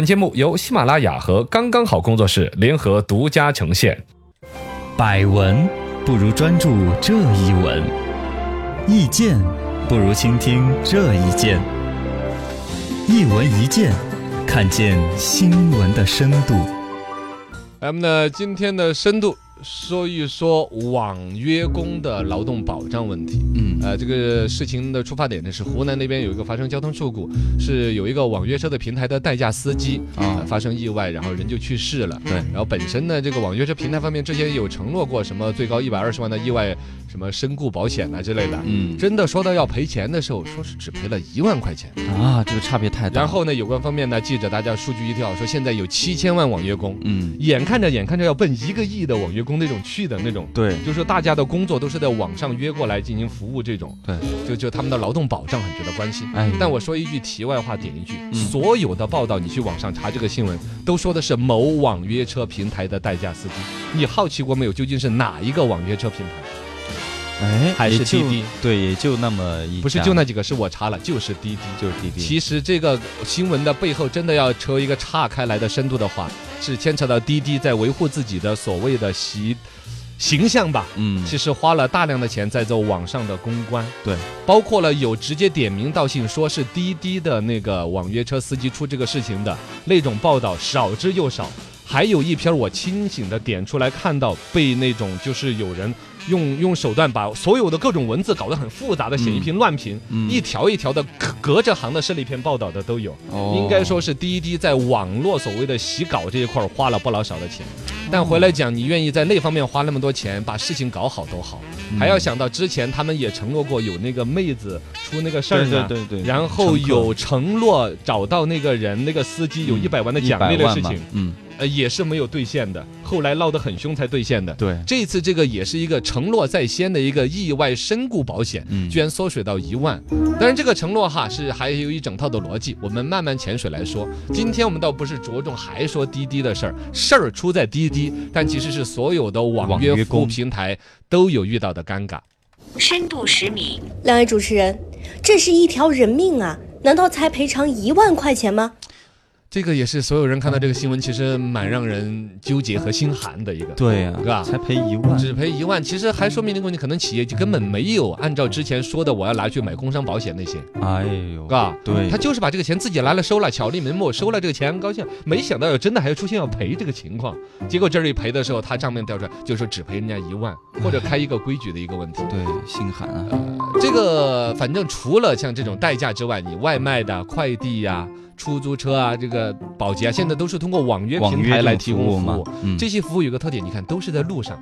本节目由喜马拉雅和刚刚好工作室联合独家呈现。百闻不如专注这一闻，意见不如倾听这一见。一闻一见，看见新闻的深度。咱们呢，今天的深度说一说网约工的劳动保障问题。嗯呃，这个事情的出发点呢是湖南那边有一个发生交通事故，是有一个网约车的平台的代驾司机啊呃发生意外，然后人就去世了。对然后本身呢，这个网约车平台方面之前有承诺过什么最高一百二十万的意外什么身故保险啊之类的。嗯真的说到要赔钱的时候，说是只赔了一万块钱。啊，这个差别太大。然后呢，有关方面呢，记者大家数据一跳，说现在有七千万网约工，嗯，眼看着眼看着要奔一个亿的网约工那种去的那种，对就是说大家的工作都是在网上约过来进行服务这种，对，就就他们的劳动保障很值得关心。哎但我说一句题外话，点一句，所有的报道你去网上查这个新闻，都说的是某网约车平台的代驾司机。你好奇过没有？究竟是哪一个网约车平台？哎，还是也就滴滴对，也就那么一家不是就那几个，是我查了，就是滴滴。就是滴滴。其实这个新闻的背后，真的要抽一个岔开来的深度的话，是牵扯到滴滴在维护自己的所谓的形形象吧。嗯，其实花了大量的钱在做网上的公关，对，包括了有直接点名道姓说是滴滴的那个网约车司机出这个事情的那种报道少之又少，还有一篇我清醒的点出来看到被那种就是有人用用手段把所有的各种文字搞得很复杂的写一篇乱评，嗯一条一条的隔隔着行的是那篇报道的都有，哦应该说是滴滴在网络所谓的洗稿这一块儿花了不老少的钱。嗯但回来讲，你愿意在那方面花那么多钱，把事情搞好都好，还要想到之前他们也承诺过有那个妹子出那个事儿嗯对呢，对对对然后乘客有承诺找到那个人，那个司机有嗯一百万的奖励100的万事嘛情，嗯，呃，也是没有兑现的，后来闹得很凶才兑现的。对，这次这个也是一个承诺在先的一个意外身故保险，嗯居然缩水到一万。当然，这个承诺哈是还有一整套的逻辑，我们慢慢潜水来说。今天我们倒不是着重还说滴滴的事儿，事儿出在滴滴，但其实是所有的网网约约服务工平台都有遇到的尴尬。深度十米，两位主持人，这是一条人命啊，难道才赔偿一万块钱吗？这个也是所有人看到这个新闻，其实蛮让人纠结和心寒的一个。对是呀，吧才赔一万，只赔一万，其实还说明一个问题，可能企业就根本没有按照之前说的，我要拿去买工伤保险那些，哎呦，嘎，对啊他就是把这个钱自己拿了收了，巧立名目收了这个钱，高兴，没想到真的还要出现要赔这个情况，结果这里赔的时候，他账面调出来就说只赔人家一万，或者开一个规矩的一个问题。对，心寒啊。这个反正除了像这种代驾之外，你外卖的、快递呀、出租车啊、这个保洁啊，现在都是通过网约网平约台这来种提服供务服嘛务。嗯这些服务有个特点，你看都是在路上。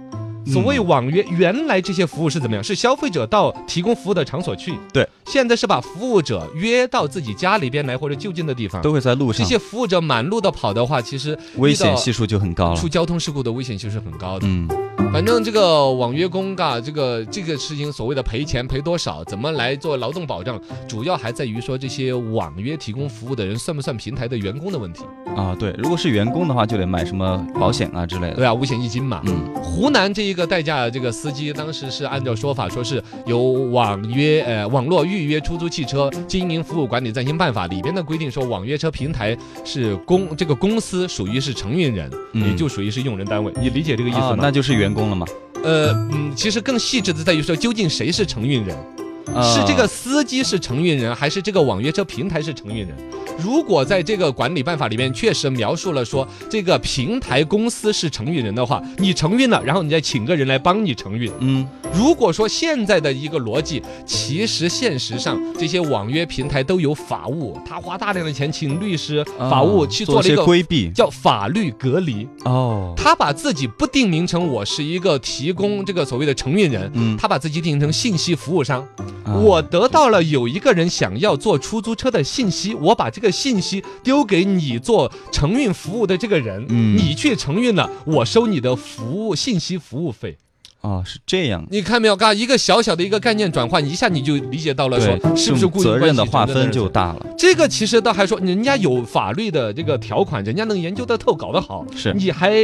所谓网约，原来这些服务是怎么样？是消费者到提供服务的场所去。对，现在是把服务者约到自己家里边来或者就近的地方。都会在路这上，些服务者满路的跑的话，其实危遇到险系数就很高了出。交通事故的危险性是很高的。嗯，反正这个网约工嘎，这个这个事情所谓的赔钱赔多少，怎么来做劳动保障，主要还在于说这些网约提供服务的人算不算平台的员工的问题，啊，对，如果是员工的话，就得买什么保险啊之类的。对啊，五险一金嘛。嗯，湖南这一个代驾这个司机，当时是按照说法说是由网约呃网络预约出租汽车经营服务管理暂行办法里边的规定说，网约车平台是公这个公司属于是承运人，嗯也就属于是用人单位，你理解这个意思啊吗？，那就是员工了嘛。呃嗯，其实更细致的在于说，究竟谁是承运人？啊嗯是这个司机是承运人，还是这个网约车平台是承运人？如果在这个管理办法里面确实描述了说这个平台公司是承运人的话，你承运了，然后你再请个人来帮你承运。嗯，如果说现在的一个逻辑，其实现实上这些网约平台都有法务，他花大量的钱请律师、啊法务去做了一些个规避。叫法律隔离。哦，他把自己不定名成我是一个提供这个所谓的承运人，嗯他把自己定义成信息服务商。啊我得到了有一个人想要做出租车的信息，我把这个信息丢给你做承运服务的这个人，嗯你去承运了，我收你的服务信息服务费。哦是这样。你看没有？嘎，一个小小的一个概念转换，一下你就理解到了说，对，是不这是种雇佣责关任系的划真正分是就大了？这个其实倒还说，人家有法律的这个条款，人家能研究得透，搞得好，是你还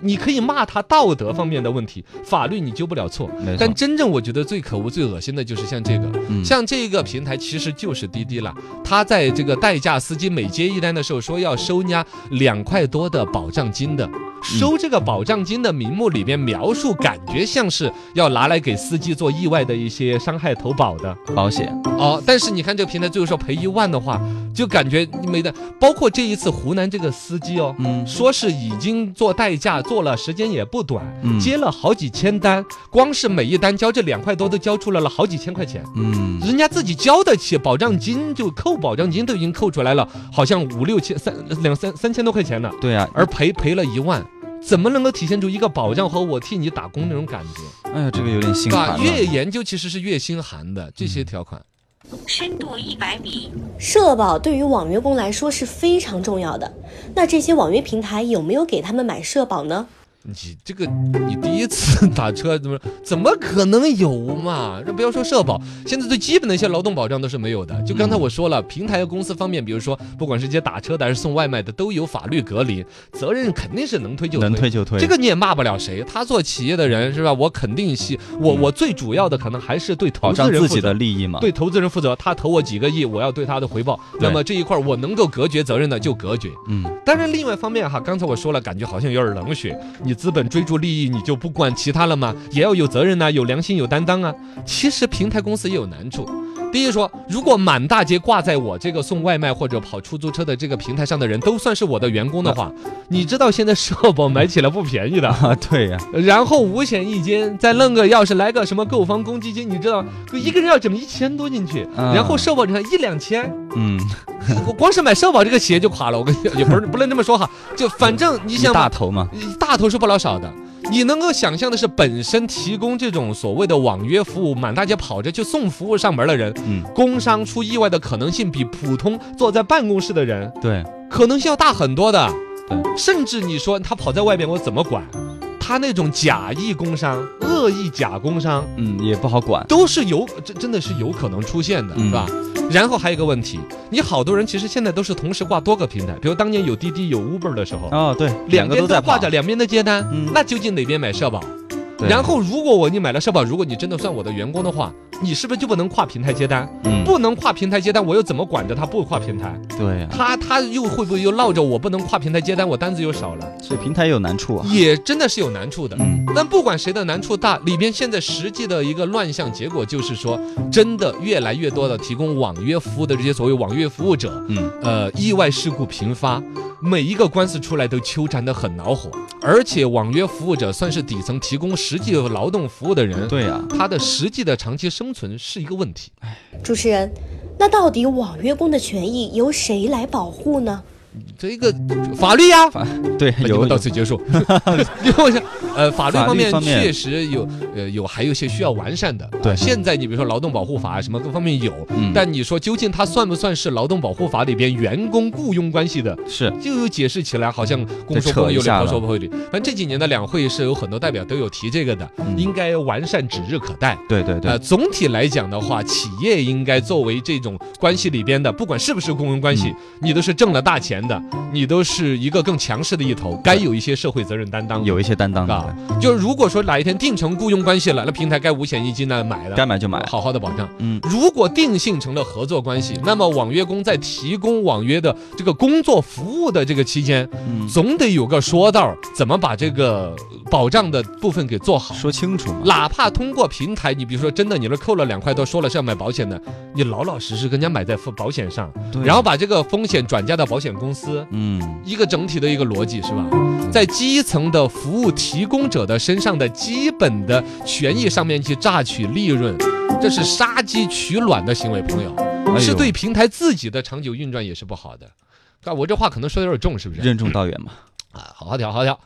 你可以骂他道德方面的问题，法律你纠不了错没错。但真正我觉得最可恶、最恶心的就是像这个，嗯像这个平台其实就是滴滴了。他在这个代驾司机每接一单的时候说要收人家两块多的保障金嗯的。收这个保障金的名目里面描述，感觉像是要拿来给司机做意外的一些伤害投保的，保险，哦，但是你看这个平台最后说赔一万的话，就感觉没得。包括这一次湖南这个司机哦，嗯说是已经做代驾做了时间也不短，嗯接了好几千单，光是每一单交这两块多都交出来了好几千块钱。嗯，人家自己交得起保障金，就扣保障金都已经扣出来了，好像五六千、三两三三千多块钱呢，对啊，而赔赔了一万，怎么能够体现出一个保障和我替你打工那种感觉？哎呀，这个有点心啊，寒越了。研究其实是越心寒的这些条款。深度一百米，社保对于网约工来说是非常重要的。那这些网约平台有没有给他们买社保呢？你这个，你第一次打车怎么怎么可能有嘛？这不要说社保，现在最基本的一些劳动保障都是没有的。就刚才我说了，平台公司方面，比如说不管是接打车的还是送外卖的，都有法律隔离，责任肯定是能推就能推就推，这个你也骂不了谁，他做企业的人是吧？我肯定是，我我最主要的可能还是对投保资障人嗯自负己责的利益嘛。对投资人负责，他投我几个亿，我要对他的回报。对那么这一块儿我能够隔绝责任的就隔绝。嗯，当然，另外一方面哈，刚才我说了，感觉好像有点冷血。你资本追逐利益，你就不管其他了吗？也要有责任呐、有良心，有担当啊。其实平台公司也有难处。第一说，如果满大街挂在我这个送外卖或者跑出租车的这个平台上的人都算是我的员工的话，你知道现在社保买起来不便宜的， 啊，对呀，然后五险一金，再弄个要是来个什么购房公积金，你知道一个人要整一千多进去，嗯然后社保你看一两千，嗯，我光是买社保这个企业就垮了，我跟你也不是不能这么说哈，就反正你一想大吧，头嘛，一大头是不老少的。你能够想象的是，本身提供这种所谓的网约服务，满大街跑着就送服务上门的人，嗯，工伤出意外的可能性比普通坐在办公室的人对，可能性要大很多的。对甚至你说他跑在外边，我怎么管？他那种假意工伤、恶意假工伤，嗯，也不好管。都是有，这真的是有可能出现的，嗯是吧？然后还有一个问题，你好多人其实现在都是同时挂多个平台，比如当年有滴滴、有 Uber 的时候，哦，对，两个边都在挂跑着，，两边都接单，嗯那究竟哪边买社保？对然后如果我你买了社保，如果你真的算我的员工的话，你是不是就不能跨平台接单？嗯，不能跨平台接单，我又怎么管着他不跨平台？对呀，他他又会不会又闹着我不能跨平台接单，我单子又少了，所以平台也有难处啊。也真的是有难处的。嗯，但不管谁的难处大，里边现在实际的一个乱象结果就是说，真的越来越多的提供网约服务的这些所谓网约服务者，嗯，呃，意外事故频发，每一个官司出来都纠缠得很恼火，而且网约服务者算是底层提供实际劳动服务的人，对呀，他的实际的长期生存是一个问题。主持人，那到底网约工的权益由谁来保护呢？这一个法律呀、对， 那节有目到有此结束。因为我想，呃，法律法律方面方面确实有，呃，有还有一些需要完善的。对啊现在你比如说劳动保护法啊什么各方面有嗯，但你说究竟它算不算是劳动保护法里边员工雇佣关系的？是，就有解释起来，好像公说得扯公有一理，下婆了说婆有理。反正这几年的两会是有很多代表都有提这个的，嗯应该完善指日可待。对对呃，对，总体来讲的话，企业应该作为这种关系里边的，不管是不是雇佣关嗯系，你都是挣了大钱的，你都是一个更强势的一头，该有一些社会责任担当。有一些担当啊的，，就是如果说哪一天定成雇佣关系了，那平台该五险一金呢买了，该买就买。好好的保障。嗯，如果定性成了合作关系，那么网约工在提供网约的这个工作服务的这个期间，嗯，总得有个说道儿，怎么把这个保障的部分给做好。说清楚嘛。哪怕通过平台，你比如说真的，你都扣了两块多，说了是要买保险的，你老老实实跟人家买在保险上，对然后把这个风险转嫁到保险公司，嗯，一个整体的一个逻辑是吧？在基层的服务提供者的身上的基本的权益上面去榨取利润，这是杀鸡取卵的行为，朋友，哎呦是对平台自己的长久运转也是不好的。啊，我这话可能说的有点重，是不是？任重道远嘛。啊，好好调，好好调。